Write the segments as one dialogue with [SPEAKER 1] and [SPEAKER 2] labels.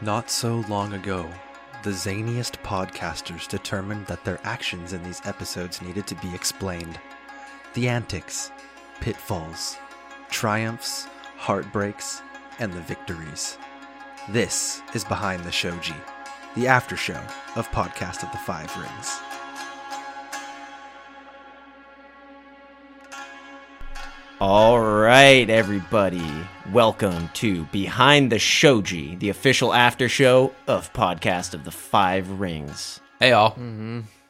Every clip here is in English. [SPEAKER 1] Not so long ago, the zaniest podcasters determined that their actions in these episodes needed to be explained. The antics, pitfalls, triumphs, heartbreaks, and the victories. This is Behind the Shoji, the after show of Podcast of the Five Rings.
[SPEAKER 2] All right, everybody. Welcome to Behind the Shoji, the official after show of Podcast of the Five Rings.
[SPEAKER 3] Hey y'all.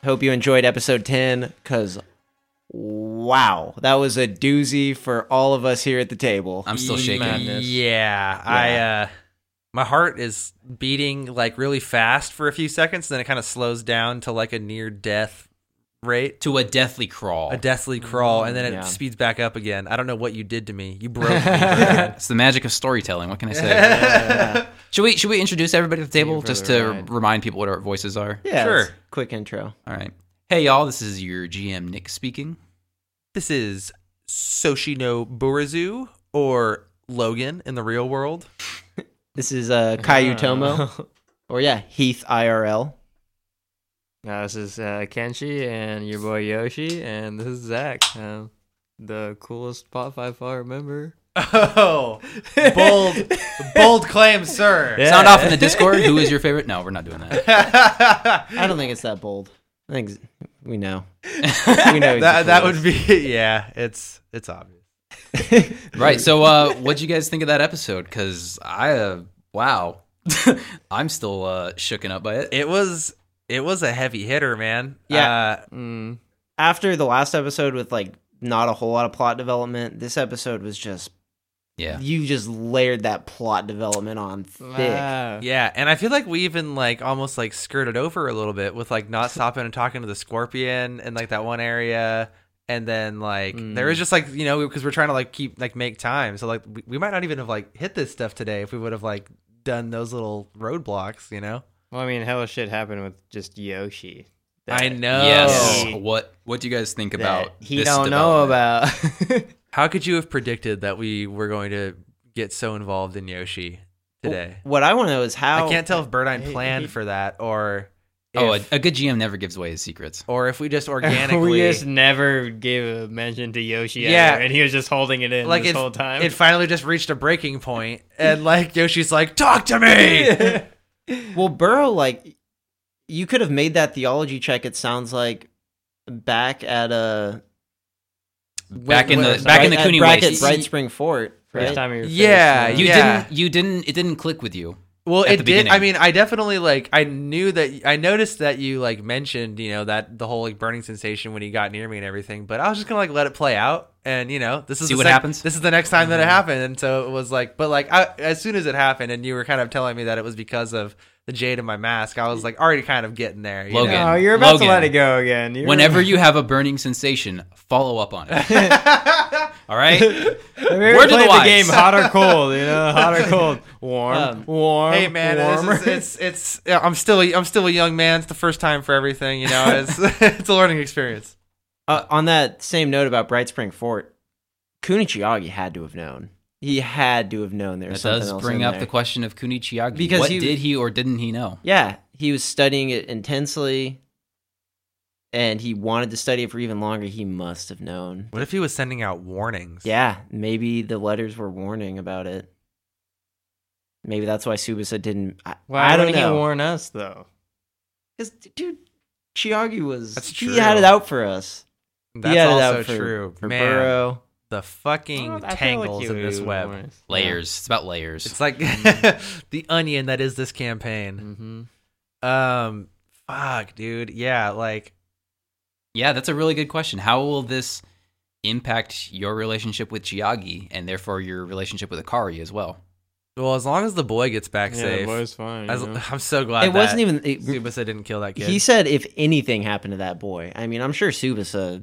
[SPEAKER 2] Hope you enjoyed episode 10, because wow, that was a doozy for all of us here at the table.
[SPEAKER 3] I'm still shaking. E
[SPEAKER 4] E Madness.
[SPEAKER 3] Yeah,
[SPEAKER 4] I uh my heart is beating like really fast for a few seconds, then it kind of slows down to like a near death rate,
[SPEAKER 3] To a deathly crawl.
[SPEAKER 4] a deathly crawl, and then it
[SPEAKER 2] Yeah.
[SPEAKER 4] speeds back up again. I don't know what you did to me. You broke me. Brad.
[SPEAKER 3] it's the magic of storytelling. What can I say? should we should we introduce everybody at the table just to remind people what our voices are?
[SPEAKER 2] yeah,
[SPEAKER 4] Sure.
[SPEAKER 2] it's a Quick intro.
[SPEAKER 3] All right. Hey y'all, this is your GM Nick speaking.
[SPEAKER 4] this is Soshino Burizu or Logan in the real world.
[SPEAKER 2] This is uh, Kaiutomo, or yeah, Heath IRL.
[SPEAKER 5] Uh, this is uh, Kenshi and your boy Yoshi, and this is Zach, um, the coolest Pot 5 far member.
[SPEAKER 4] Oh, bold, bold claim, sir.
[SPEAKER 3] Sound off in the Discord. Who is your favorite? No, we're not doing that.
[SPEAKER 2] I don't think it's that bold. I think we know. we know. he's
[SPEAKER 4] That
[SPEAKER 2] the
[SPEAKER 4] that
[SPEAKER 2] coolest.
[SPEAKER 4] would be yeah. It's it's obvious.
[SPEAKER 3] Right. So, uh, what'd you guys think of that episode? Because I, uh, wow, I'm still uh, shooken up by it.
[SPEAKER 4] It was it was a heavy hitter, man.
[SPEAKER 2] Yeah.
[SPEAKER 4] Uh,
[SPEAKER 5] Mm.
[SPEAKER 2] after the last episode with like not a whole lot of plot development, this episode was just
[SPEAKER 3] Yeah.
[SPEAKER 2] you just layered that plot development on thick.
[SPEAKER 5] Wow.
[SPEAKER 4] Yeah, and I feel like we even like almost like skirted over a little bit with like not stopping and talking to the scorpion and like that one area, and then like there
[SPEAKER 5] Mm.
[SPEAKER 4] was just like you know because we're trying to like keep like make time, so like we, we might not even have like hit this stuff today if we would have like done those little roadblocks, you know.
[SPEAKER 5] Well, I mean, hell of shit happened with just Yoshi.
[SPEAKER 4] I know.
[SPEAKER 3] Yes. What What do you guys think about?
[SPEAKER 5] That he
[SPEAKER 3] this
[SPEAKER 5] don't know
[SPEAKER 3] development?
[SPEAKER 5] about.
[SPEAKER 4] How could you have predicted that we were going to get so involved in Yoshi today?
[SPEAKER 2] What I want to know is how
[SPEAKER 4] I can't tell if Birdine
[SPEAKER 5] He-
[SPEAKER 4] planned
[SPEAKER 5] he-
[SPEAKER 4] for that or
[SPEAKER 3] Oh,
[SPEAKER 4] if-
[SPEAKER 3] a, a good GM never gives away his secrets.
[SPEAKER 4] or if we just organically
[SPEAKER 5] we just never gave a mention to Yoshi
[SPEAKER 4] Yeah.
[SPEAKER 5] yeah. and he was just holding it in
[SPEAKER 4] like
[SPEAKER 5] this
[SPEAKER 4] it,
[SPEAKER 5] whole time.
[SPEAKER 4] it finally just reached a breaking point and like yoshi's like talk to me
[SPEAKER 2] Well, Burrow, like you could have made that theology check. It sounds like back at a
[SPEAKER 3] Back in the Back
[SPEAKER 4] when-
[SPEAKER 3] in
[SPEAKER 2] Bright-
[SPEAKER 3] the
[SPEAKER 2] at
[SPEAKER 3] Cooney
[SPEAKER 2] Bright-
[SPEAKER 3] Waste.
[SPEAKER 2] at Bright Spring Fort.
[SPEAKER 5] First
[SPEAKER 2] Right?
[SPEAKER 5] time he was
[SPEAKER 4] Yeah,
[SPEAKER 5] finished,
[SPEAKER 3] You
[SPEAKER 4] Yeah.
[SPEAKER 3] didn't. You didn't. It didn't click with you.
[SPEAKER 4] well
[SPEAKER 3] at
[SPEAKER 4] it
[SPEAKER 3] the
[SPEAKER 4] did
[SPEAKER 3] beginning.
[SPEAKER 4] i mean i definitely like i knew that i noticed that you like mentioned you know that the whole like burning sensation when he got near me and everything but i was just gonna like let it play out and you know this is
[SPEAKER 3] See
[SPEAKER 4] the
[SPEAKER 3] what
[SPEAKER 4] sec-
[SPEAKER 3] happens? Mm-hmm.
[SPEAKER 4] this is the next time that it happened and so it was like but like I, as soon as it happened and you were kind of telling me that it was because of the jade in my mask i was like already kind of getting there you
[SPEAKER 3] Logan.
[SPEAKER 4] know?
[SPEAKER 5] Oh, you're about
[SPEAKER 3] Logan.
[SPEAKER 5] to let it go again. You're-
[SPEAKER 3] Whenever you have a burning sensation, follow up on it. All right.
[SPEAKER 5] I mean, we
[SPEAKER 3] Word to the
[SPEAKER 5] played
[SPEAKER 3] wise.
[SPEAKER 5] the game hot or cold, you know, hot or cold, warm,
[SPEAKER 2] Um,
[SPEAKER 5] warm,
[SPEAKER 4] Hey man,
[SPEAKER 5] warmer.
[SPEAKER 4] it's, it's it's yeah, I'm still a, I'm still a young man. It's the first time for everything, you know. It's it's a learning experience.
[SPEAKER 2] Uh, on that same note about Bright Spring Fort, Kunichiyagi had to have known. He had to have known there was
[SPEAKER 3] That
[SPEAKER 2] something
[SPEAKER 3] does
[SPEAKER 2] else
[SPEAKER 3] bring
[SPEAKER 2] in
[SPEAKER 3] up
[SPEAKER 2] there.
[SPEAKER 3] the question of Kunichiyagi.
[SPEAKER 2] Because
[SPEAKER 3] what
[SPEAKER 2] he-
[SPEAKER 3] did he or didn't he know?
[SPEAKER 2] Yeah, he was studying it intensely, and he wanted to study it for even longer. He must have known.
[SPEAKER 4] What if he was sending out warnings?
[SPEAKER 2] Yeah, maybe the letters were warning about it. Maybe that's why Subasa didn't. I,
[SPEAKER 5] Why
[SPEAKER 2] I don't
[SPEAKER 5] would he
[SPEAKER 2] know.
[SPEAKER 5] warn us though?
[SPEAKER 2] Because dude, Chiagi was
[SPEAKER 4] That's
[SPEAKER 2] he had
[SPEAKER 4] true.
[SPEAKER 2] it out for us.
[SPEAKER 4] that's
[SPEAKER 2] he had it
[SPEAKER 4] also
[SPEAKER 2] out for,
[SPEAKER 4] true.
[SPEAKER 2] for
[SPEAKER 4] man,
[SPEAKER 2] Burrow.
[SPEAKER 4] the fucking tangles in this web.
[SPEAKER 3] Layers. It's about layers.
[SPEAKER 4] It's like
[SPEAKER 2] Mm-hmm.
[SPEAKER 4] the onion that is this campaign.
[SPEAKER 5] Mm-hmm.
[SPEAKER 4] Um, fuck, dude. Yeah, like
[SPEAKER 3] yeah, that's a really good question. How will this impact your relationship with Chiagi and therefore your relationship with Akari as well?
[SPEAKER 4] well, as long as the boy gets back
[SPEAKER 5] Yeah,
[SPEAKER 4] safe.
[SPEAKER 5] the boy's fine.
[SPEAKER 4] as-
[SPEAKER 5] you know?
[SPEAKER 4] I'm so glad
[SPEAKER 2] It wasn't
[SPEAKER 4] that
[SPEAKER 2] even. It,
[SPEAKER 4] Tsubasa didn't kill that kid.
[SPEAKER 2] He said if anything happened to that boy, I mean, I'm sure Subasa,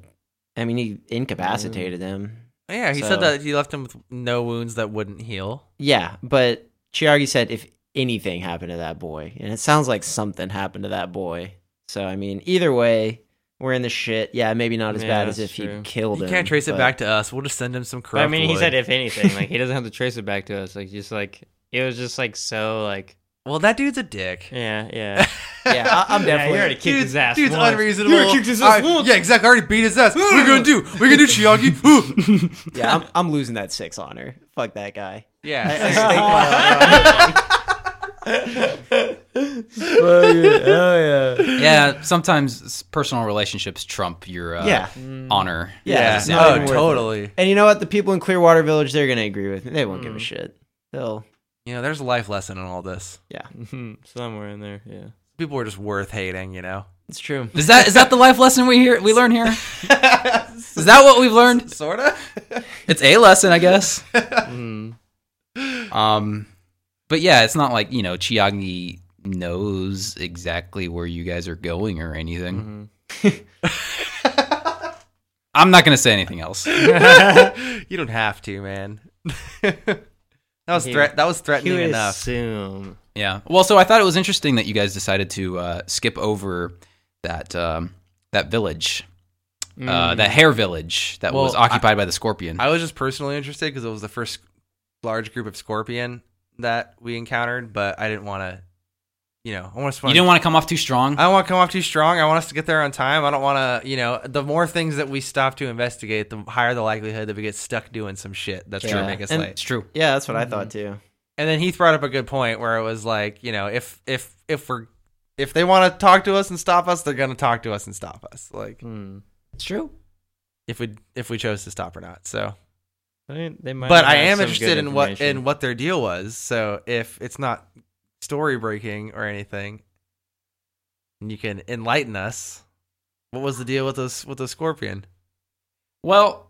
[SPEAKER 2] I mean, he incapacitated him.
[SPEAKER 4] Oh, yeah, he
[SPEAKER 2] so-
[SPEAKER 4] said that he left him with no wounds that wouldn't heal.
[SPEAKER 2] Yeah, but Chiagi said if anything happened to that boy, and it sounds like something happened to that boy. So I mean, either way, we're in the shit. Yeah, maybe not as
[SPEAKER 5] Yeah,
[SPEAKER 2] bad as if
[SPEAKER 5] that's
[SPEAKER 2] he
[SPEAKER 5] true.
[SPEAKER 2] killed
[SPEAKER 4] You
[SPEAKER 2] him.
[SPEAKER 4] can't trace it
[SPEAKER 2] but-
[SPEAKER 4] back to us. We'll just send him some
[SPEAKER 5] But,
[SPEAKER 4] corrupt.
[SPEAKER 5] I mean, he
[SPEAKER 4] wood.
[SPEAKER 5] said if anything, like he doesn't have to trace it back to us. Like just like it was just like so like
[SPEAKER 4] Well, that dude's a dick.
[SPEAKER 5] Yeah, yeah.
[SPEAKER 2] Yeah, I, I'm
[SPEAKER 5] yeah, you
[SPEAKER 2] definitely.
[SPEAKER 5] already kicked
[SPEAKER 4] Dude's,
[SPEAKER 5] his ass.
[SPEAKER 4] dude's
[SPEAKER 5] once.
[SPEAKER 4] unreasonable.
[SPEAKER 5] You already kicked his
[SPEAKER 4] I-
[SPEAKER 5] ass. once.
[SPEAKER 4] yeah, exactly. I already beat his ass. What are we gonna do? We're gonna do Chiagi.
[SPEAKER 2] yeah, I'm, I'm losing that six on her. Fuck that guy.
[SPEAKER 4] yeah.
[SPEAKER 3] yeah, sometimes s- personal relationships trump your uh,
[SPEAKER 2] Yeah.
[SPEAKER 3] honor.
[SPEAKER 2] Yeah.
[SPEAKER 3] As a
[SPEAKER 2] No,
[SPEAKER 3] sound.
[SPEAKER 2] even
[SPEAKER 4] Oh,
[SPEAKER 2] worth it.
[SPEAKER 4] totally.
[SPEAKER 2] And you know what? The people in Clearwater Village, they're gonna agree with me. They won't give a shit. They'll.
[SPEAKER 4] You know, there's a life lesson in all this.
[SPEAKER 5] Mhm, Somewhere in there, yeah.
[SPEAKER 4] People are just worth hating. You know.
[SPEAKER 2] It's true.
[SPEAKER 3] Is that is that the life lesson we hear we learn here? Is that what we've learned?
[SPEAKER 4] Sorta.
[SPEAKER 3] It's a lesson, I guess.
[SPEAKER 5] Mm.
[SPEAKER 3] Um, but yeah, it's not like you know Chiagi knows exactly where you guys are going or anything.
[SPEAKER 5] Mm-hmm.
[SPEAKER 3] I'm not gonna say anything else.
[SPEAKER 4] you don't have to, man. that was
[SPEAKER 5] He-
[SPEAKER 4] threat. That was
[SPEAKER 5] You
[SPEAKER 4] threatening
[SPEAKER 5] would
[SPEAKER 4] enough.
[SPEAKER 5] assume.
[SPEAKER 3] Yeah. Well, so I thought it was interesting that you guys decided to uh, skip over that um, that village,
[SPEAKER 5] Mm.
[SPEAKER 3] uh, that hair village that
[SPEAKER 4] Mm. Well,
[SPEAKER 3] was occupied by the scorpion.
[SPEAKER 4] I was just personally interested because it was the first large group of scorpion that we encountered, but I didn't want to. You know, I want to.
[SPEAKER 3] you didn't want to come off too strong.
[SPEAKER 4] I don't want to come off too strong. I want us to get there on time. I don't want to, you know, the more things that we stop to investigate, the higher the likelihood that we get stuck doing some shit that's going
[SPEAKER 2] Yeah.
[SPEAKER 4] to make us
[SPEAKER 2] And-
[SPEAKER 4] late.
[SPEAKER 3] it's true.
[SPEAKER 2] Yeah, that's what I thought too.
[SPEAKER 4] And then Heath brought up a good point where it was like, you know, if if if we're if they want to talk to us and stop us, they're going to talk to us and stop us. Like
[SPEAKER 5] Mm.
[SPEAKER 2] It's true.
[SPEAKER 4] if we if we chose to stop or not. So,
[SPEAKER 5] They, they might
[SPEAKER 4] but I
[SPEAKER 5] have
[SPEAKER 4] am
[SPEAKER 5] some
[SPEAKER 4] interested
[SPEAKER 5] good
[SPEAKER 4] in what
[SPEAKER 5] information.
[SPEAKER 4] in what their deal was. So if it's not story breaking or anything, and you can enlighten us, what was the deal with those with the scorpion?
[SPEAKER 3] Well,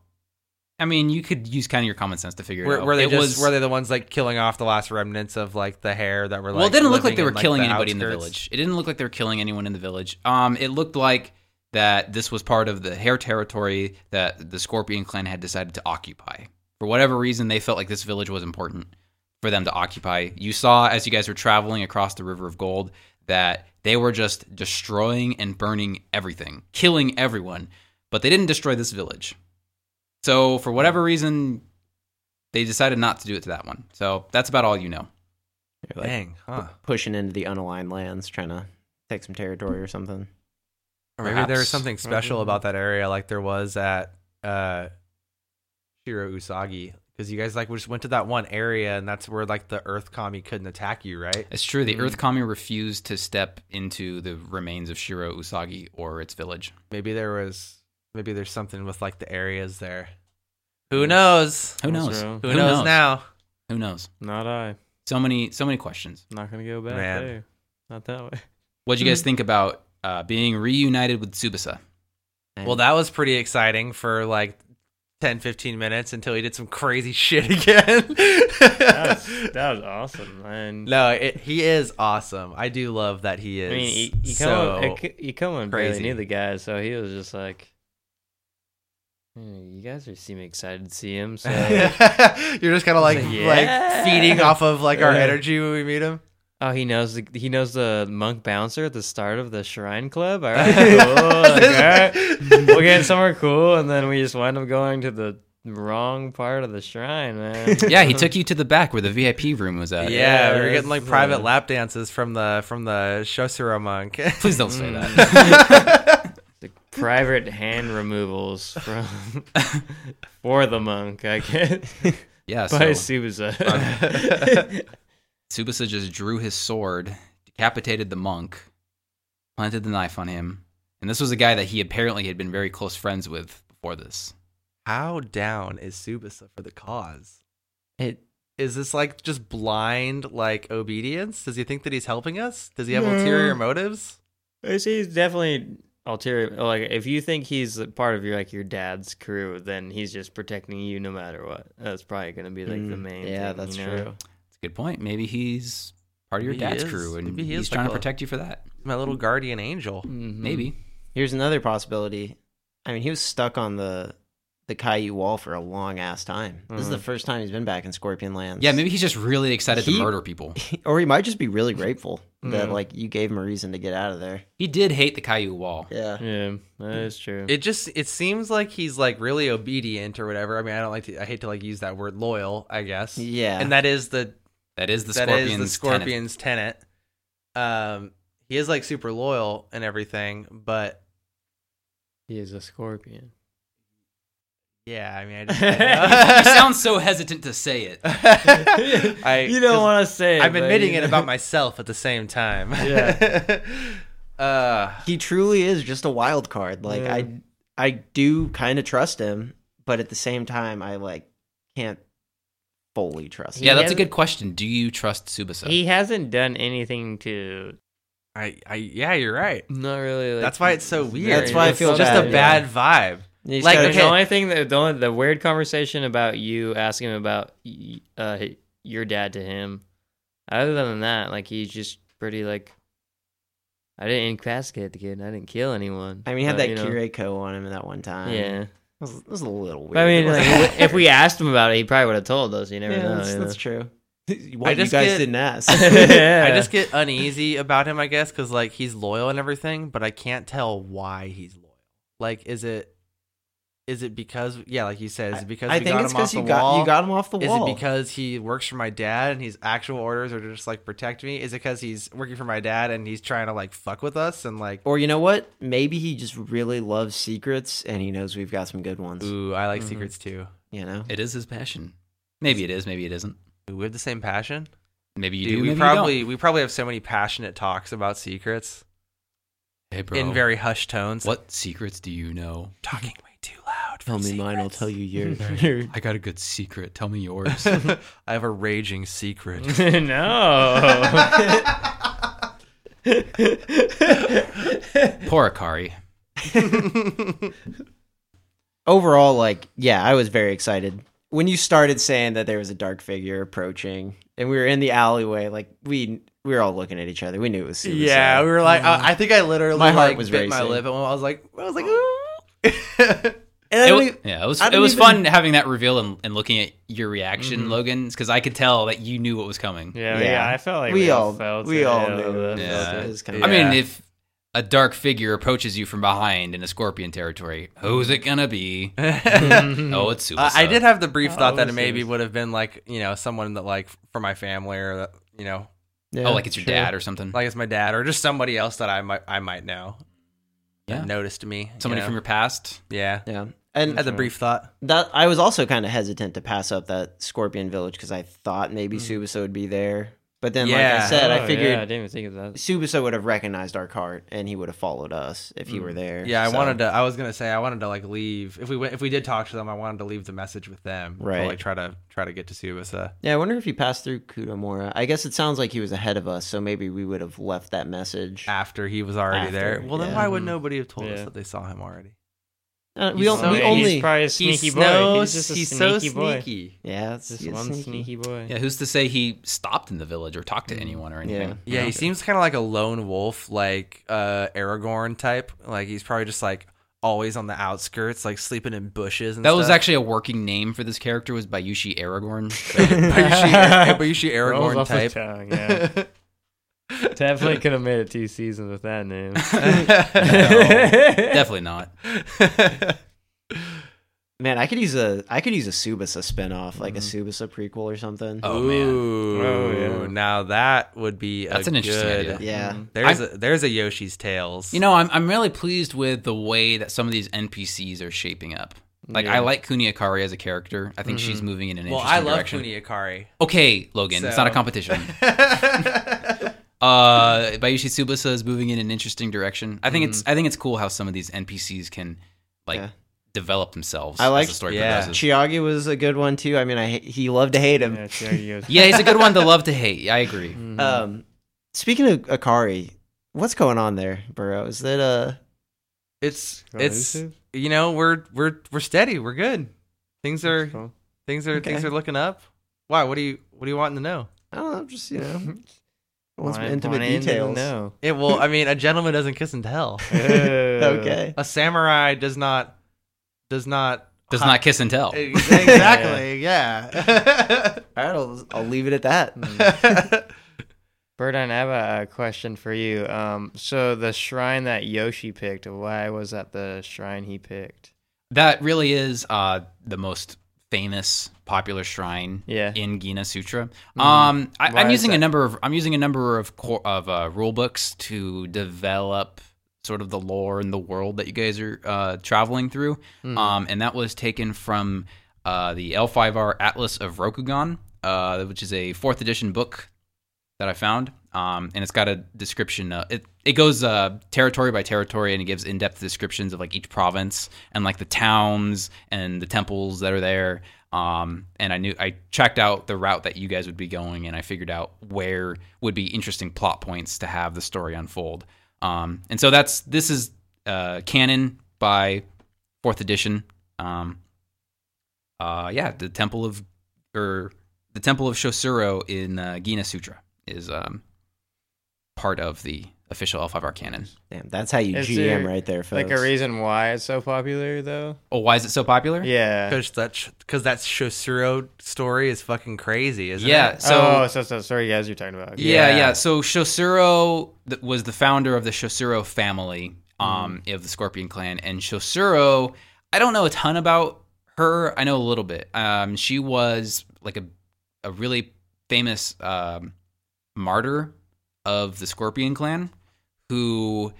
[SPEAKER 3] I mean, you could use kind of your common sense to figure it
[SPEAKER 4] Were,
[SPEAKER 3] out.
[SPEAKER 4] were they
[SPEAKER 3] It
[SPEAKER 4] just
[SPEAKER 3] was-
[SPEAKER 4] were they the ones like killing off the last remnants of like the hair that were like
[SPEAKER 3] well, it didn't look like
[SPEAKER 4] living
[SPEAKER 3] they were
[SPEAKER 4] in,
[SPEAKER 3] killing
[SPEAKER 4] the
[SPEAKER 3] anybody in the
[SPEAKER 4] outskirts?
[SPEAKER 3] village. It didn't look like they were killing anyone in the village. Um, it looked like that this was part of the hair territory that the Scorpion clan had decided to occupy. For whatever reason, they felt like this village was important for them to occupy. You saw as you guys were traveling across the River of Gold that they were just destroying and burning everything, killing everyone, but they didn't destroy this village. So, for whatever reason, they decided not to do it to that one. So, that's about all you know.
[SPEAKER 2] They're like
[SPEAKER 4] Dang, huh?
[SPEAKER 2] pushing into the unaligned lands, trying to take some territory or something.
[SPEAKER 4] Or maybe there
[SPEAKER 3] Perhaps.
[SPEAKER 4] was something special about that area, like there was at uh, Shiro Usagi, because you guys like just went to that one area, and that's where like the Earth Kami couldn't attack you, right?
[SPEAKER 3] It's true. The
[SPEAKER 5] Hmm.
[SPEAKER 3] Earth Kami refused to step into the remains of Shiro Usagi or its village.
[SPEAKER 4] Maybe there was, maybe there's something with like the areas there. Who knows?
[SPEAKER 3] Who
[SPEAKER 5] That's
[SPEAKER 3] knows?
[SPEAKER 5] true.
[SPEAKER 4] Who, knows, now?
[SPEAKER 3] Who knows?
[SPEAKER 5] Not I.
[SPEAKER 3] So many, so many questions.
[SPEAKER 5] Not gonna go back
[SPEAKER 4] Man.
[SPEAKER 5] there. Not that way.
[SPEAKER 3] What would
[SPEAKER 5] Hmm.
[SPEAKER 3] you guys think about uh, being reunited with Tsubasa?
[SPEAKER 4] Well, that was pretty exciting for like 10, 15 minutes until he did some crazy shit again.
[SPEAKER 5] That was, that was awesome, man.
[SPEAKER 4] no, it, he is awesome. I do love that he
[SPEAKER 5] I
[SPEAKER 4] is.
[SPEAKER 5] mean, you, you
[SPEAKER 4] so,
[SPEAKER 5] come on, you come on, barely
[SPEAKER 4] crazy.
[SPEAKER 5] knew the guy, so he was just like, "Hmm, "You guys are seem excited to see him." So,
[SPEAKER 4] You're just kind of like
[SPEAKER 5] Yeah.
[SPEAKER 4] like feeding off of like our
[SPEAKER 5] Yeah.
[SPEAKER 4] energy when we meet him.
[SPEAKER 5] oh, he knows the he knows the monk bouncer at the start of the Shrine Club. All right, cool. Like, all right, we'll get somewhere cool, and then we just wind up going to the wrong part of the shrine, man.
[SPEAKER 3] yeah, he took you to the back where the VIP room was at.
[SPEAKER 4] yeah, we were
[SPEAKER 5] that's,
[SPEAKER 4] getting like
[SPEAKER 5] uh,
[SPEAKER 4] private lap dances from the from the Shosuro monk.
[SPEAKER 3] Please don't say
[SPEAKER 5] Hmm.
[SPEAKER 3] that.
[SPEAKER 5] the private hand removals from for the monk, I guess,
[SPEAKER 3] Yeah. So
[SPEAKER 5] by Suza.
[SPEAKER 3] Tsubasa just drew his sword, decapitated the monk, planted the knife on him, and this was a guy that he apparently had been very close friends with before this.
[SPEAKER 4] How down is Subasa for the cause?
[SPEAKER 5] it
[SPEAKER 4] Is this like just blind like obedience? Does he think that he's helping us? Does he have ulterior motives?
[SPEAKER 5] I see he's definitely ulterior. Like, if you think he's a part of your like your dad's crew, then he's just protecting you no matter what. That's probably gonna be like the
[SPEAKER 2] Mm,
[SPEAKER 5] main.
[SPEAKER 2] yeah,
[SPEAKER 5] thing,
[SPEAKER 2] that's
[SPEAKER 5] you know?
[SPEAKER 2] true.
[SPEAKER 3] It's a good point. Maybe he's part of your
[SPEAKER 4] Maybe he
[SPEAKER 3] dad's
[SPEAKER 4] is.
[SPEAKER 3] crew, and
[SPEAKER 4] Maybe he
[SPEAKER 3] he's
[SPEAKER 4] is
[SPEAKER 3] trying
[SPEAKER 4] like
[SPEAKER 3] to
[SPEAKER 4] a-
[SPEAKER 3] protect you for that.
[SPEAKER 4] My little guardian angel.
[SPEAKER 5] Mhm.
[SPEAKER 3] Maybe.
[SPEAKER 2] Here's another possibility. I mean, he was stuck on the the Caillou Wall for a long ass time. This is the first time he's been back in Scorpion Lands.
[SPEAKER 3] Yeah, maybe he's just really excited
[SPEAKER 2] He-
[SPEAKER 3] to murder people.
[SPEAKER 2] or he might just be really grateful that like you gave him a reason to get out of there.
[SPEAKER 3] He did hate the Caillou Wall.
[SPEAKER 2] Yeah.
[SPEAKER 5] Yeah, that is true.
[SPEAKER 4] It just it seems like he's like really obedient or whatever. I mean, I don't like to I hate to like use that word loyal, I guess.
[SPEAKER 2] Yeah.
[SPEAKER 4] And that is the
[SPEAKER 3] That is the
[SPEAKER 4] that
[SPEAKER 3] scorpion's
[SPEAKER 4] is the
[SPEAKER 3] tenet.
[SPEAKER 4] scorpion's tenet. um, he is like super loyal and everything, but
[SPEAKER 5] He is a scorpion.
[SPEAKER 4] yeah, I mean, I
[SPEAKER 3] you
[SPEAKER 4] just
[SPEAKER 3] sound so hesitant to say it.
[SPEAKER 4] I,
[SPEAKER 5] you don't want to say. it,
[SPEAKER 4] I'm
[SPEAKER 5] but
[SPEAKER 4] admitting
[SPEAKER 5] you
[SPEAKER 4] it
[SPEAKER 5] know.
[SPEAKER 4] about myself at the same time. Yeah. uh,
[SPEAKER 2] He truly is just a wild card. Like
[SPEAKER 5] Yeah.
[SPEAKER 2] I I do kind of trust him, but at the same time I like can't fully trust
[SPEAKER 3] Yeah,
[SPEAKER 2] him.
[SPEAKER 3] that's a good question. Do you trust Tsubasa?
[SPEAKER 5] He hasn't done anything to.
[SPEAKER 4] I, I, yeah, you're right.
[SPEAKER 5] Not really. Like,
[SPEAKER 4] That's why it's so weird.
[SPEAKER 2] That's why I
[SPEAKER 5] it's
[SPEAKER 2] feel
[SPEAKER 5] so
[SPEAKER 4] Just
[SPEAKER 2] bad,
[SPEAKER 4] a
[SPEAKER 2] yeah.
[SPEAKER 4] bad vibe.
[SPEAKER 2] You just
[SPEAKER 4] Like,
[SPEAKER 2] gotta-
[SPEAKER 5] There's
[SPEAKER 4] okay.
[SPEAKER 5] the only thing that the, only, the weird conversation about you asking about y- uh, your dad to him. Other than that, like he's just pretty like. I didn't incapacitate the kid. I didn't kill anyone.
[SPEAKER 2] I mean, he had
[SPEAKER 5] but,
[SPEAKER 2] that
[SPEAKER 5] Uh, you know,
[SPEAKER 2] Kireko on him that one time.
[SPEAKER 5] Yeah,
[SPEAKER 2] It was, it was a little weird.
[SPEAKER 5] but I mean,
[SPEAKER 2] It
[SPEAKER 5] like,
[SPEAKER 2] wasn't-
[SPEAKER 5] w- if we asked him about it, he probably would have told us. You never
[SPEAKER 2] yeah,
[SPEAKER 5] know.
[SPEAKER 2] that's,
[SPEAKER 5] you know?
[SPEAKER 2] that's true. Why you guys
[SPEAKER 4] just get-
[SPEAKER 2] didn't ask?
[SPEAKER 5] yeah.
[SPEAKER 4] I just get uneasy about him, I guess, because like he's loyal and everything, but I can't tell why he's loyal. Like, is it, is it because yeah, like you said, is it because
[SPEAKER 2] I
[SPEAKER 4] we
[SPEAKER 2] think
[SPEAKER 4] got
[SPEAKER 2] it's
[SPEAKER 4] him
[SPEAKER 2] because
[SPEAKER 4] off the
[SPEAKER 2] you got
[SPEAKER 4] wall?
[SPEAKER 2] you got him off the
[SPEAKER 4] is
[SPEAKER 2] wall.
[SPEAKER 4] it because he works for my dad and his actual orders are to just like protect me? Is it because he's working for my dad and he's trying to like fuck with us and like,
[SPEAKER 2] or you know what? Maybe he just really loves secrets, and he knows we've got some good ones.
[SPEAKER 4] ooh, I
[SPEAKER 2] Mm-hmm.
[SPEAKER 4] like secrets too.
[SPEAKER 2] You know,
[SPEAKER 3] It is his passion. Maybe it is. Maybe it isn't.
[SPEAKER 4] Ooh, we have the same passion.
[SPEAKER 3] Maybe you
[SPEAKER 4] Dude,
[SPEAKER 3] do.
[SPEAKER 4] we
[SPEAKER 3] maybe
[SPEAKER 4] probably
[SPEAKER 3] You
[SPEAKER 4] we probably have so many passionate talks about secrets
[SPEAKER 3] don't. Hey, bro.
[SPEAKER 4] in very hushed tones.
[SPEAKER 3] What secrets do you know?
[SPEAKER 4] talking way too loud?
[SPEAKER 2] tell me mine, I'll tell you yours.
[SPEAKER 3] I got a good secret. Tell me yours.
[SPEAKER 4] I have a raging secret.
[SPEAKER 5] no.
[SPEAKER 3] Poor Akari.
[SPEAKER 2] Overall, like, yeah, I was very excited when you started saying that there was a dark figure approaching, and we were in the alleyway. Like, we we were all looking at each other. We knew it was suicide.
[SPEAKER 4] yeah, we were like, I, I think I literally
[SPEAKER 2] Mm-hmm. My heart
[SPEAKER 4] like,
[SPEAKER 2] was
[SPEAKER 4] bit my
[SPEAKER 2] racing.
[SPEAKER 4] lip, and I was like, I was like, ooh.
[SPEAKER 2] And
[SPEAKER 3] It
[SPEAKER 2] then
[SPEAKER 3] wa-
[SPEAKER 2] we-
[SPEAKER 3] yeah, it was.
[SPEAKER 2] I
[SPEAKER 3] It
[SPEAKER 2] don't
[SPEAKER 3] was
[SPEAKER 2] even-
[SPEAKER 3] fun having that reveal and, and looking at your reaction, Logan, because I could tell that you knew what was coming.
[SPEAKER 5] Yeah,
[SPEAKER 2] Yeah.
[SPEAKER 5] yeah, I felt like
[SPEAKER 2] we,
[SPEAKER 5] we,
[SPEAKER 2] all
[SPEAKER 5] felt
[SPEAKER 2] we
[SPEAKER 5] it,
[SPEAKER 2] all
[SPEAKER 5] yeah,
[SPEAKER 2] knew.
[SPEAKER 5] that-
[SPEAKER 3] Yeah.
[SPEAKER 2] It was kinda-
[SPEAKER 3] I mean,
[SPEAKER 4] Yeah.
[SPEAKER 3] if a dark figure approaches you from behind in a scorpion territory, who's it gonna be?
[SPEAKER 2] Mm-hmm.
[SPEAKER 3] oh, it's Tsubasa.
[SPEAKER 4] Uh, I did have the brief
[SPEAKER 5] Oh,
[SPEAKER 4] thought that
[SPEAKER 5] this
[SPEAKER 4] it maybe
[SPEAKER 5] is-
[SPEAKER 4] would have been like you know someone that like for my family or that, you know
[SPEAKER 3] oh, like it's your
[SPEAKER 5] sure.
[SPEAKER 3] dad or something.
[SPEAKER 4] like it's my dad or just somebody else that I might I might know.
[SPEAKER 3] Yeah.
[SPEAKER 4] That noticed me.
[SPEAKER 3] Somebody from your past.
[SPEAKER 4] your yeah.
[SPEAKER 2] yeah. And
[SPEAKER 4] Had the brief thought.
[SPEAKER 2] that I was also kind of hesitant to pass up that Scorpion Village because I thought maybe Subasa would be there, but then like I
[SPEAKER 4] Yeah.
[SPEAKER 2] said,
[SPEAKER 5] Oh,
[SPEAKER 2] I
[SPEAKER 5] Yeah, I
[SPEAKER 2] figured
[SPEAKER 5] didn't even think of that.
[SPEAKER 2] Subasa would have recognized our cart and he would have followed us if he were there.
[SPEAKER 4] Yeah, I
[SPEAKER 2] so-
[SPEAKER 4] wanted to. I was gonna say I wanted to like leave if we went if we did talk to them. I wanted to leave the message with them.
[SPEAKER 2] Right.
[SPEAKER 4] To, like try to try to uh, get to Subasa.
[SPEAKER 2] Yeah, I wonder if he passed through Kudomura. I guess it sounds like he was ahead of us, so maybe we would have left that message.
[SPEAKER 4] after he was already
[SPEAKER 2] After,
[SPEAKER 4] there. Well, then
[SPEAKER 2] yeah.
[SPEAKER 4] why would nobody have told us
[SPEAKER 5] Yeah.
[SPEAKER 4] that they saw him already?
[SPEAKER 2] Uh, we
[SPEAKER 4] he's
[SPEAKER 2] don't.
[SPEAKER 4] so-
[SPEAKER 2] we
[SPEAKER 5] he's
[SPEAKER 2] only.
[SPEAKER 5] probably a
[SPEAKER 4] He
[SPEAKER 5] sneaky boy. He's just a sneaky boy.
[SPEAKER 2] yeah, it's
[SPEAKER 5] Just
[SPEAKER 2] he's
[SPEAKER 5] one sneaky boy.
[SPEAKER 3] Yeah, who's to say he stopped in the village or talked to anyone or anything?
[SPEAKER 2] Yeah.
[SPEAKER 4] Mm, Yeah, he seems kind of like a lone wolf, like uh, Aragorn type. Like he's probably just like always on the outskirts, like sleeping in bushes. And
[SPEAKER 3] That was
[SPEAKER 4] stuff.
[SPEAKER 3] actually a working name for this character was Bayushi Aragorn.
[SPEAKER 4] Bayushi, Bayushi
[SPEAKER 5] Rolls
[SPEAKER 4] Aragorn
[SPEAKER 5] off the
[SPEAKER 4] type.
[SPEAKER 5] tongue, yeah. Definitely could have made it two seasons with that name.
[SPEAKER 3] Definitely not.
[SPEAKER 2] Man, I could use a I could use a Subasa spinoff, like a Subasa prequel or something.
[SPEAKER 3] Oh man,
[SPEAKER 4] Ooh,
[SPEAKER 5] Oh, yeah.
[SPEAKER 4] now that would be
[SPEAKER 3] That's
[SPEAKER 4] a
[SPEAKER 3] an interesting
[SPEAKER 4] good-
[SPEAKER 3] idea.
[SPEAKER 2] Yeah.
[SPEAKER 4] There's a, there's a Yoshi's Tales.
[SPEAKER 3] you know I'm I'm really pleased with the way that some of these NPCs are shaping up. Like I like Kuni Akari as a character. I think she's moving in an
[SPEAKER 4] Mm-hmm. well,
[SPEAKER 3] interesting
[SPEAKER 4] I love
[SPEAKER 3] direction.
[SPEAKER 4] Kuni Akari.
[SPEAKER 3] Okay, Logan, it's not a
[SPEAKER 4] So-
[SPEAKER 3] competition. uh, Bayushi Tsubasa is moving in an interesting direction. I think it's I think it's cool how some of these NPCs can like
[SPEAKER 2] Mm-hmm. Yeah.
[SPEAKER 3] develop themselves.
[SPEAKER 2] I
[SPEAKER 3] as
[SPEAKER 2] like-
[SPEAKER 3] the story
[SPEAKER 4] yeah.
[SPEAKER 3] progresses.
[SPEAKER 2] Chiagi was a good one too. I mean, I he loved to hate him.
[SPEAKER 5] Yeah, sure, he goes, Mm-hmm.
[SPEAKER 3] Yeah, he's a good one to love to hate. I agree.
[SPEAKER 2] Um, speaking of Akari, what's going on there, Burrow? Is that uh?
[SPEAKER 4] It's
[SPEAKER 5] "Oh,
[SPEAKER 4] it's
[SPEAKER 5] this is-
[SPEAKER 4] you know we're we're we're steady. We're good. Things are
[SPEAKER 5] that's cool."
[SPEAKER 4] Things are
[SPEAKER 2] Okay.
[SPEAKER 4] things are looking up. Why? What do you what do you want to know?
[SPEAKER 2] I don't know, just you know, want some
[SPEAKER 5] Want-
[SPEAKER 2] intimate
[SPEAKER 5] want in,
[SPEAKER 2] details.
[SPEAKER 5] No.
[SPEAKER 4] It well, I mean, a gentleman doesn't kiss and tell.
[SPEAKER 2] Okay.
[SPEAKER 4] A samurai does not does not
[SPEAKER 3] Does not kiss and tell.
[SPEAKER 4] exactly. yeah.
[SPEAKER 2] All right, I'll, I'll leave it at that.
[SPEAKER 5] Burden, I have a question for you. Um, so the shrine that Yoshi picked, why was that the shrine he picked?
[SPEAKER 3] That really is uh, the most famous popular shrine
[SPEAKER 5] Yeah.
[SPEAKER 3] in Gina Sutra. Um, I,
[SPEAKER 4] Mm. Why
[SPEAKER 3] I'm
[SPEAKER 4] is
[SPEAKER 3] using a
[SPEAKER 4] that?
[SPEAKER 3] number of I'm using a number of core, of uh, rule books to develop sort of the lore and the world that you guys are uh, traveling through.
[SPEAKER 4] Hmm.
[SPEAKER 3] Um, and that was taken from uh, the L5R Atlas of Rokugan, uh, which is a fourth edition book that I found. Um, and it's got a description. Uh, it it goes uh, territory by territory, and it gives in depth descriptions of like each province and like the towns and the temples that are there. Um, and I knew I checked out the route that you guys would be going, and I figured out where would be interesting plot points to have the story unfold. Um, and so that's this is uh, canon by fourth edition. Um, uh, yeah, the temple of or the temple of Shosuro in uh, Gina Sutra is um, part of the official L5R canon.
[SPEAKER 2] Damn, that's how you
[SPEAKER 5] Is
[SPEAKER 2] GM
[SPEAKER 5] there,
[SPEAKER 2] right there, folks.
[SPEAKER 5] Like a reason why it's so popular though.
[SPEAKER 3] Oh, why is it so popular?
[SPEAKER 5] Yeah.
[SPEAKER 4] Because that because that Shosuro story is fucking crazy, isn't
[SPEAKER 3] yeah.
[SPEAKER 4] it?
[SPEAKER 3] So
[SPEAKER 5] oh, so so sorry guys, you're talking about.
[SPEAKER 3] Yeah,
[SPEAKER 4] Yeah.
[SPEAKER 3] yeah. So Shosuro th- was the founder of the Shosuro family um, of the Scorpion Clan, and Shosuro, I don't know a ton about her. I know a little bit. Um, she was like a a really famous um, martyr of the Scorpion Clan, who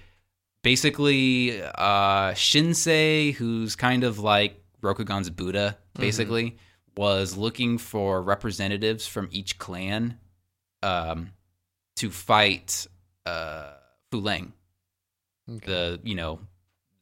[SPEAKER 3] basically uh, Shinsei, who's kind of like Rokugan's Buddha, basically. Was looking for representatives from each clan um, to fight uh, Fu Lang, the you know,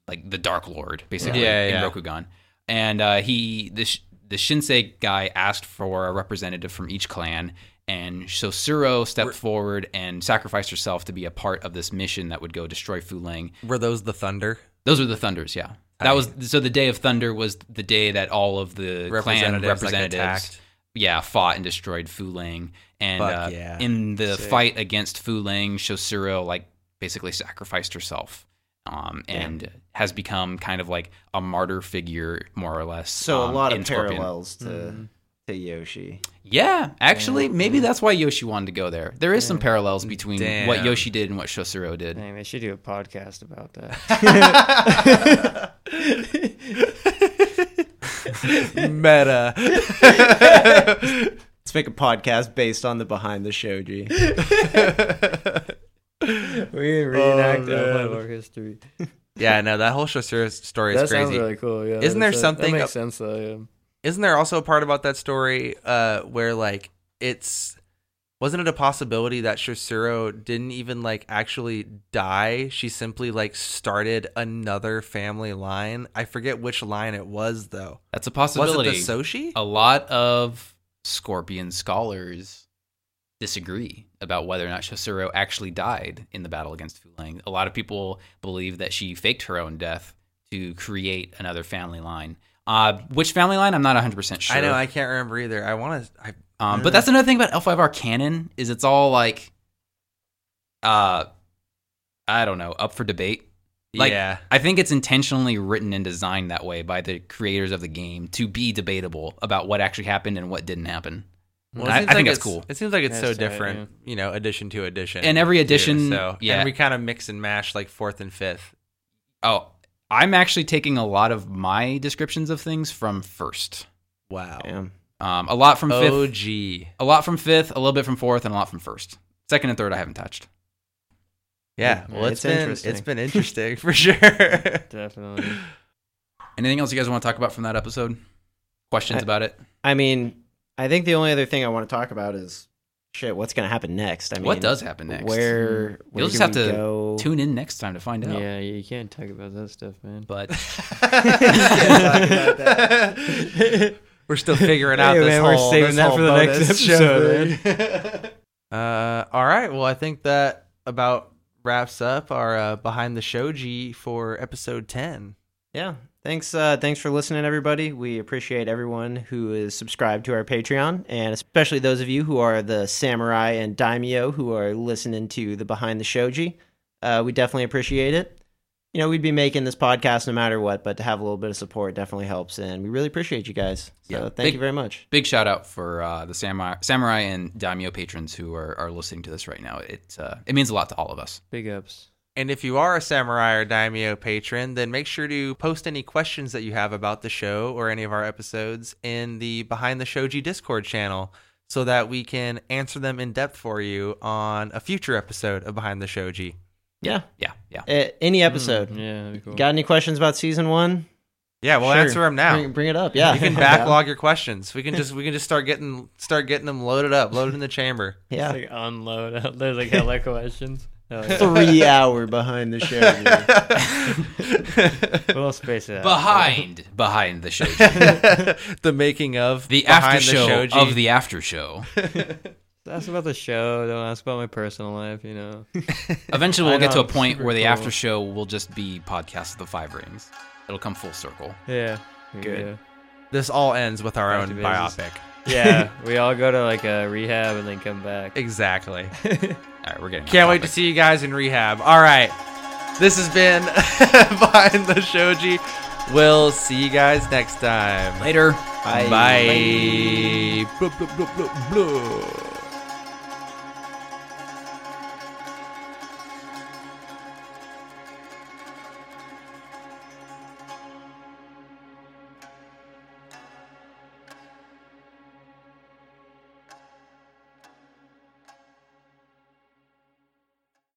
[SPEAKER 3] like the Dark Lord, basically
[SPEAKER 4] Yeah,
[SPEAKER 3] in
[SPEAKER 4] yeah.
[SPEAKER 3] Rokugan. And uh, he the Sh- the Shinsei guy asked for a representative from each clan, and Shosuro stepped forward and sacrificed herself to be a part of this mission that would go destroy Fu Lang.
[SPEAKER 4] Were those the Thunder?
[SPEAKER 3] Those were the Thunders, yeah. That was so. The Day of Thunder was the day that all of the clan
[SPEAKER 4] Representatives, like,
[SPEAKER 3] representatives
[SPEAKER 4] attacked.
[SPEAKER 3] yeah, fought and destroyed Fu Ling. And
[SPEAKER 4] Fuck
[SPEAKER 3] uh,
[SPEAKER 4] yeah.
[SPEAKER 3] in the
[SPEAKER 5] Sick.
[SPEAKER 3] fight against Fu Ling, Shosuro like basically sacrificed herself, um, and has become kind of like a martyr figure, more or less.
[SPEAKER 2] so a
[SPEAKER 3] um,
[SPEAKER 2] lot of
[SPEAKER 3] in Scorpion.
[SPEAKER 2] parallels to
[SPEAKER 5] Hmm.
[SPEAKER 2] to Yoshi.
[SPEAKER 3] Yeah, actually, maybe that's why Yoshi wanted to go there. There is some parallels between
[SPEAKER 4] Damn.
[SPEAKER 3] what Yoshi did and what Shosuro did.
[SPEAKER 5] Dang, they should do a podcast about that.
[SPEAKER 4] Meta.
[SPEAKER 2] Let's make a podcast based on the behind the show, G.
[SPEAKER 5] we reenact
[SPEAKER 4] man.
[SPEAKER 5] oh, our history.
[SPEAKER 4] yeah, no, that whole Shosuro story is
[SPEAKER 5] That sounds
[SPEAKER 4] crazy.
[SPEAKER 5] really cool. Yeah.
[SPEAKER 4] Isn't there
[SPEAKER 5] that's-
[SPEAKER 4] something-
[SPEAKER 5] That makes sense though. Yeah.
[SPEAKER 4] Isn't there also a part about that story uh, where like it's wasn't it a possibility that Shosuro didn't even like actually die? She simply like started another family line. I forget which line it was though.
[SPEAKER 3] That's a
[SPEAKER 4] Was it
[SPEAKER 3] possibility.
[SPEAKER 4] the Soshi?
[SPEAKER 3] a lot of Scorpion scholars disagree about whether or not Shosuro actually died in the battle against Fu Lang. A lot of people believe that she faked her own death to create another family line. Uh, which family line? I'm not 100% sure.
[SPEAKER 4] I know I can't remember either. I want to. I
[SPEAKER 3] Um, but that's another thing about L5R canon is it's all like, uh, I don't know, up for debate. Like,
[SPEAKER 4] yeah.
[SPEAKER 3] I think it's intentionally written and designed that way by the creators of the game to be debatable about what actually happened and what didn't happen.
[SPEAKER 4] Mm-hmm. Well, it
[SPEAKER 3] And I, I
[SPEAKER 4] seems
[SPEAKER 3] think
[SPEAKER 4] like
[SPEAKER 3] that's
[SPEAKER 4] it's-
[SPEAKER 3] cool.
[SPEAKER 4] It seems like it's
[SPEAKER 5] Yeah,
[SPEAKER 4] so
[SPEAKER 5] it's tight,
[SPEAKER 4] different, you know, edition to edition.
[SPEAKER 3] And every
[SPEAKER 4] too,
[SPEAKER 3] edition-
[SPEAKER 4] so
[SPEAKER 3] yeah.
[SPEAKER 4] and we kind of mix and mash like fourth and fifth.
[SPEAKER 3] Oh, I'm actually taking a lot of my descriptions of things from first.
[SPEAKER 4] Wow,
[SPEAKER 2] Damn.
[SPEAKER 3] Um, a lot from fifth,
[SPEAKER 4] OG.
[SPEAKER 3] a lot from fifth, a little bit from fourth, and a lot from first. Second and third, I haven't touched.
[SPEAKER 4] Yeah, well,
[SPEAKER 5] It's
[SPEAKER 4] it's been
[SPEAKER 5] interesting.
[SPEAKER 4] it's been interesting for sure.
[SPEAKER 5] Definitely.
[SPEAKER 3] Anything else you guys want to talk about from that episode? Questions
[SPEAKER 2] I-
[SPEAKER 3] about it?
[SPEAKER 2] I mean, I think the only other thing I want to talk about is shit. What's gonna happen next? I mean,
[SPEAKER 3] what does happen next?
[SPEAKER 5] Hmm.
[SPEAKER 2] Where, where
[SPEAKER 3] You'll just
[SPEAKER 2] do we
[SPEAKER 3] have to
[SPEAKER 2] go?
[SPEAKER 3] Tune in next time to find out.
[SPEAKER 5] Yeah, you can't talk about that stuff, man.
[SPEAKER 3] But
[SPEAKER 4] we're still figuring out
[SPEAKER 5] Hey,
[SPEAKER 4] this
[SPEAKER 5] man, we're
[SPEAKER 4] whole. this
[SPEAKER 5] saving that
[SPEAKER 4] whole
[SPEAKER 5] for the next
[SPEAKER 4] bonus
[SPEAKER 5] episode,
[SPEAKER 4] show. uh, all right. Well, I think that about wraps up our uh, behind the shoji for episode ten.
[SPEAKER 2] Yeah. Thanks. Uh, thanks for listening, everybody. We appreciate everyone who is subscribed to our Patreon, and especially those of you who are the samurai and daimyo who are listening to the behind the shoji. Uh, we definitely appreciate it. You know, we'd be making this podcast no matter what, but to have a little bit of support definitely helps, and we really appreciate you guys. So
[SPEAKER 3] Yeah.
[SPEAKER 2] thank
[SPEAKER 3] Big-
[SPEAKER 2] you very much.
[SPEAKER 3] big shout out for uh, the samurai, samurai and daimyo patrons who are, are listening to this right now. It uh, it means a lot to all of us.
[SPEAKER 5] Big ups.
[SPEAKER 4] And if you are a Samurai or Daimyo patron, then make sure to post any questions that you have about the show or any of our episodes in the Behind the Shoji Discord channel so that we can answer them in depth for you on a future episode of Behind the Shoji.
[SPEAKER 2] Yeah.
[SPEAKER 3] Yeah, yeah.
[SPEAKER 2] Uh, any episode.
[SPEAKER 5] Mm, Yeah, that'd be cool.
[SPEAKER 2] Got any questions about season one?
[SPEAKER 4] Yeah, we'll
[SPEAKER 2] Sure.
[SPEAKER 4] answer them now.
[SPEAKER 2] Bring, bring it up. Yeah.
[SPEAKER 4] you can backlog your questions. We can just we can just start getting start getting them loaded up, loaded in the chamber.
[SPEAKER 5] It's
[SPEAKER 2] Yeah.
[SPEAKER 5] like unload. There's like hella questions. Hell yeah.
[SPEAKER 2] Three hour behind the show. dude.
[SPEAKER 5] We'll space it out.
[SPEAKER 3] Behind, behind the show,
[SPEAKER 4] the making of
[SPEAKER 3] the
[SPEAKER 4] Behind
[SPEAKER 3] after show
[SPEAKER 4] Shoji.
[SPEAKER 3] of the after show.
[SPEAKER 5] Ask about the show. Don't ask about my personal life. You know.
[SPEAKER 3] Eventually, we'll
[SPEAKER 5] I
[SPEAKER 3] get to
[SPEAKER 5] know,
[SPEAKER 3] a point
[SPEAKER 5] super
[SPEAKER 3] where the
[SPEAKER 5] cool.
[SPEAKER 3] after show will just be podcast of the five rings. It'll come full circle.
[SPEAKER 5] Yeah.
[SPEAKER 2] Good.
[SPEAKER 4] this all ends with our own
[SPEAKER 5] Back to business.
[SPEAKER 4] biopic.
[SPEAKER 5] Yeah. yeah. We all go to like a rehab and then come back.
[SPEAKER 4] Exactly.
[SPEAKER 3] All right, we're getting.
[SPEAKER 4] Can't wait to see you guys in rehab. All right. This has been Behind the Shoji. We'll see you guys next time.
[SPEAKER 3] later.
[SPEAKER 4] Bye. Blah, blah, blah, blah, blah.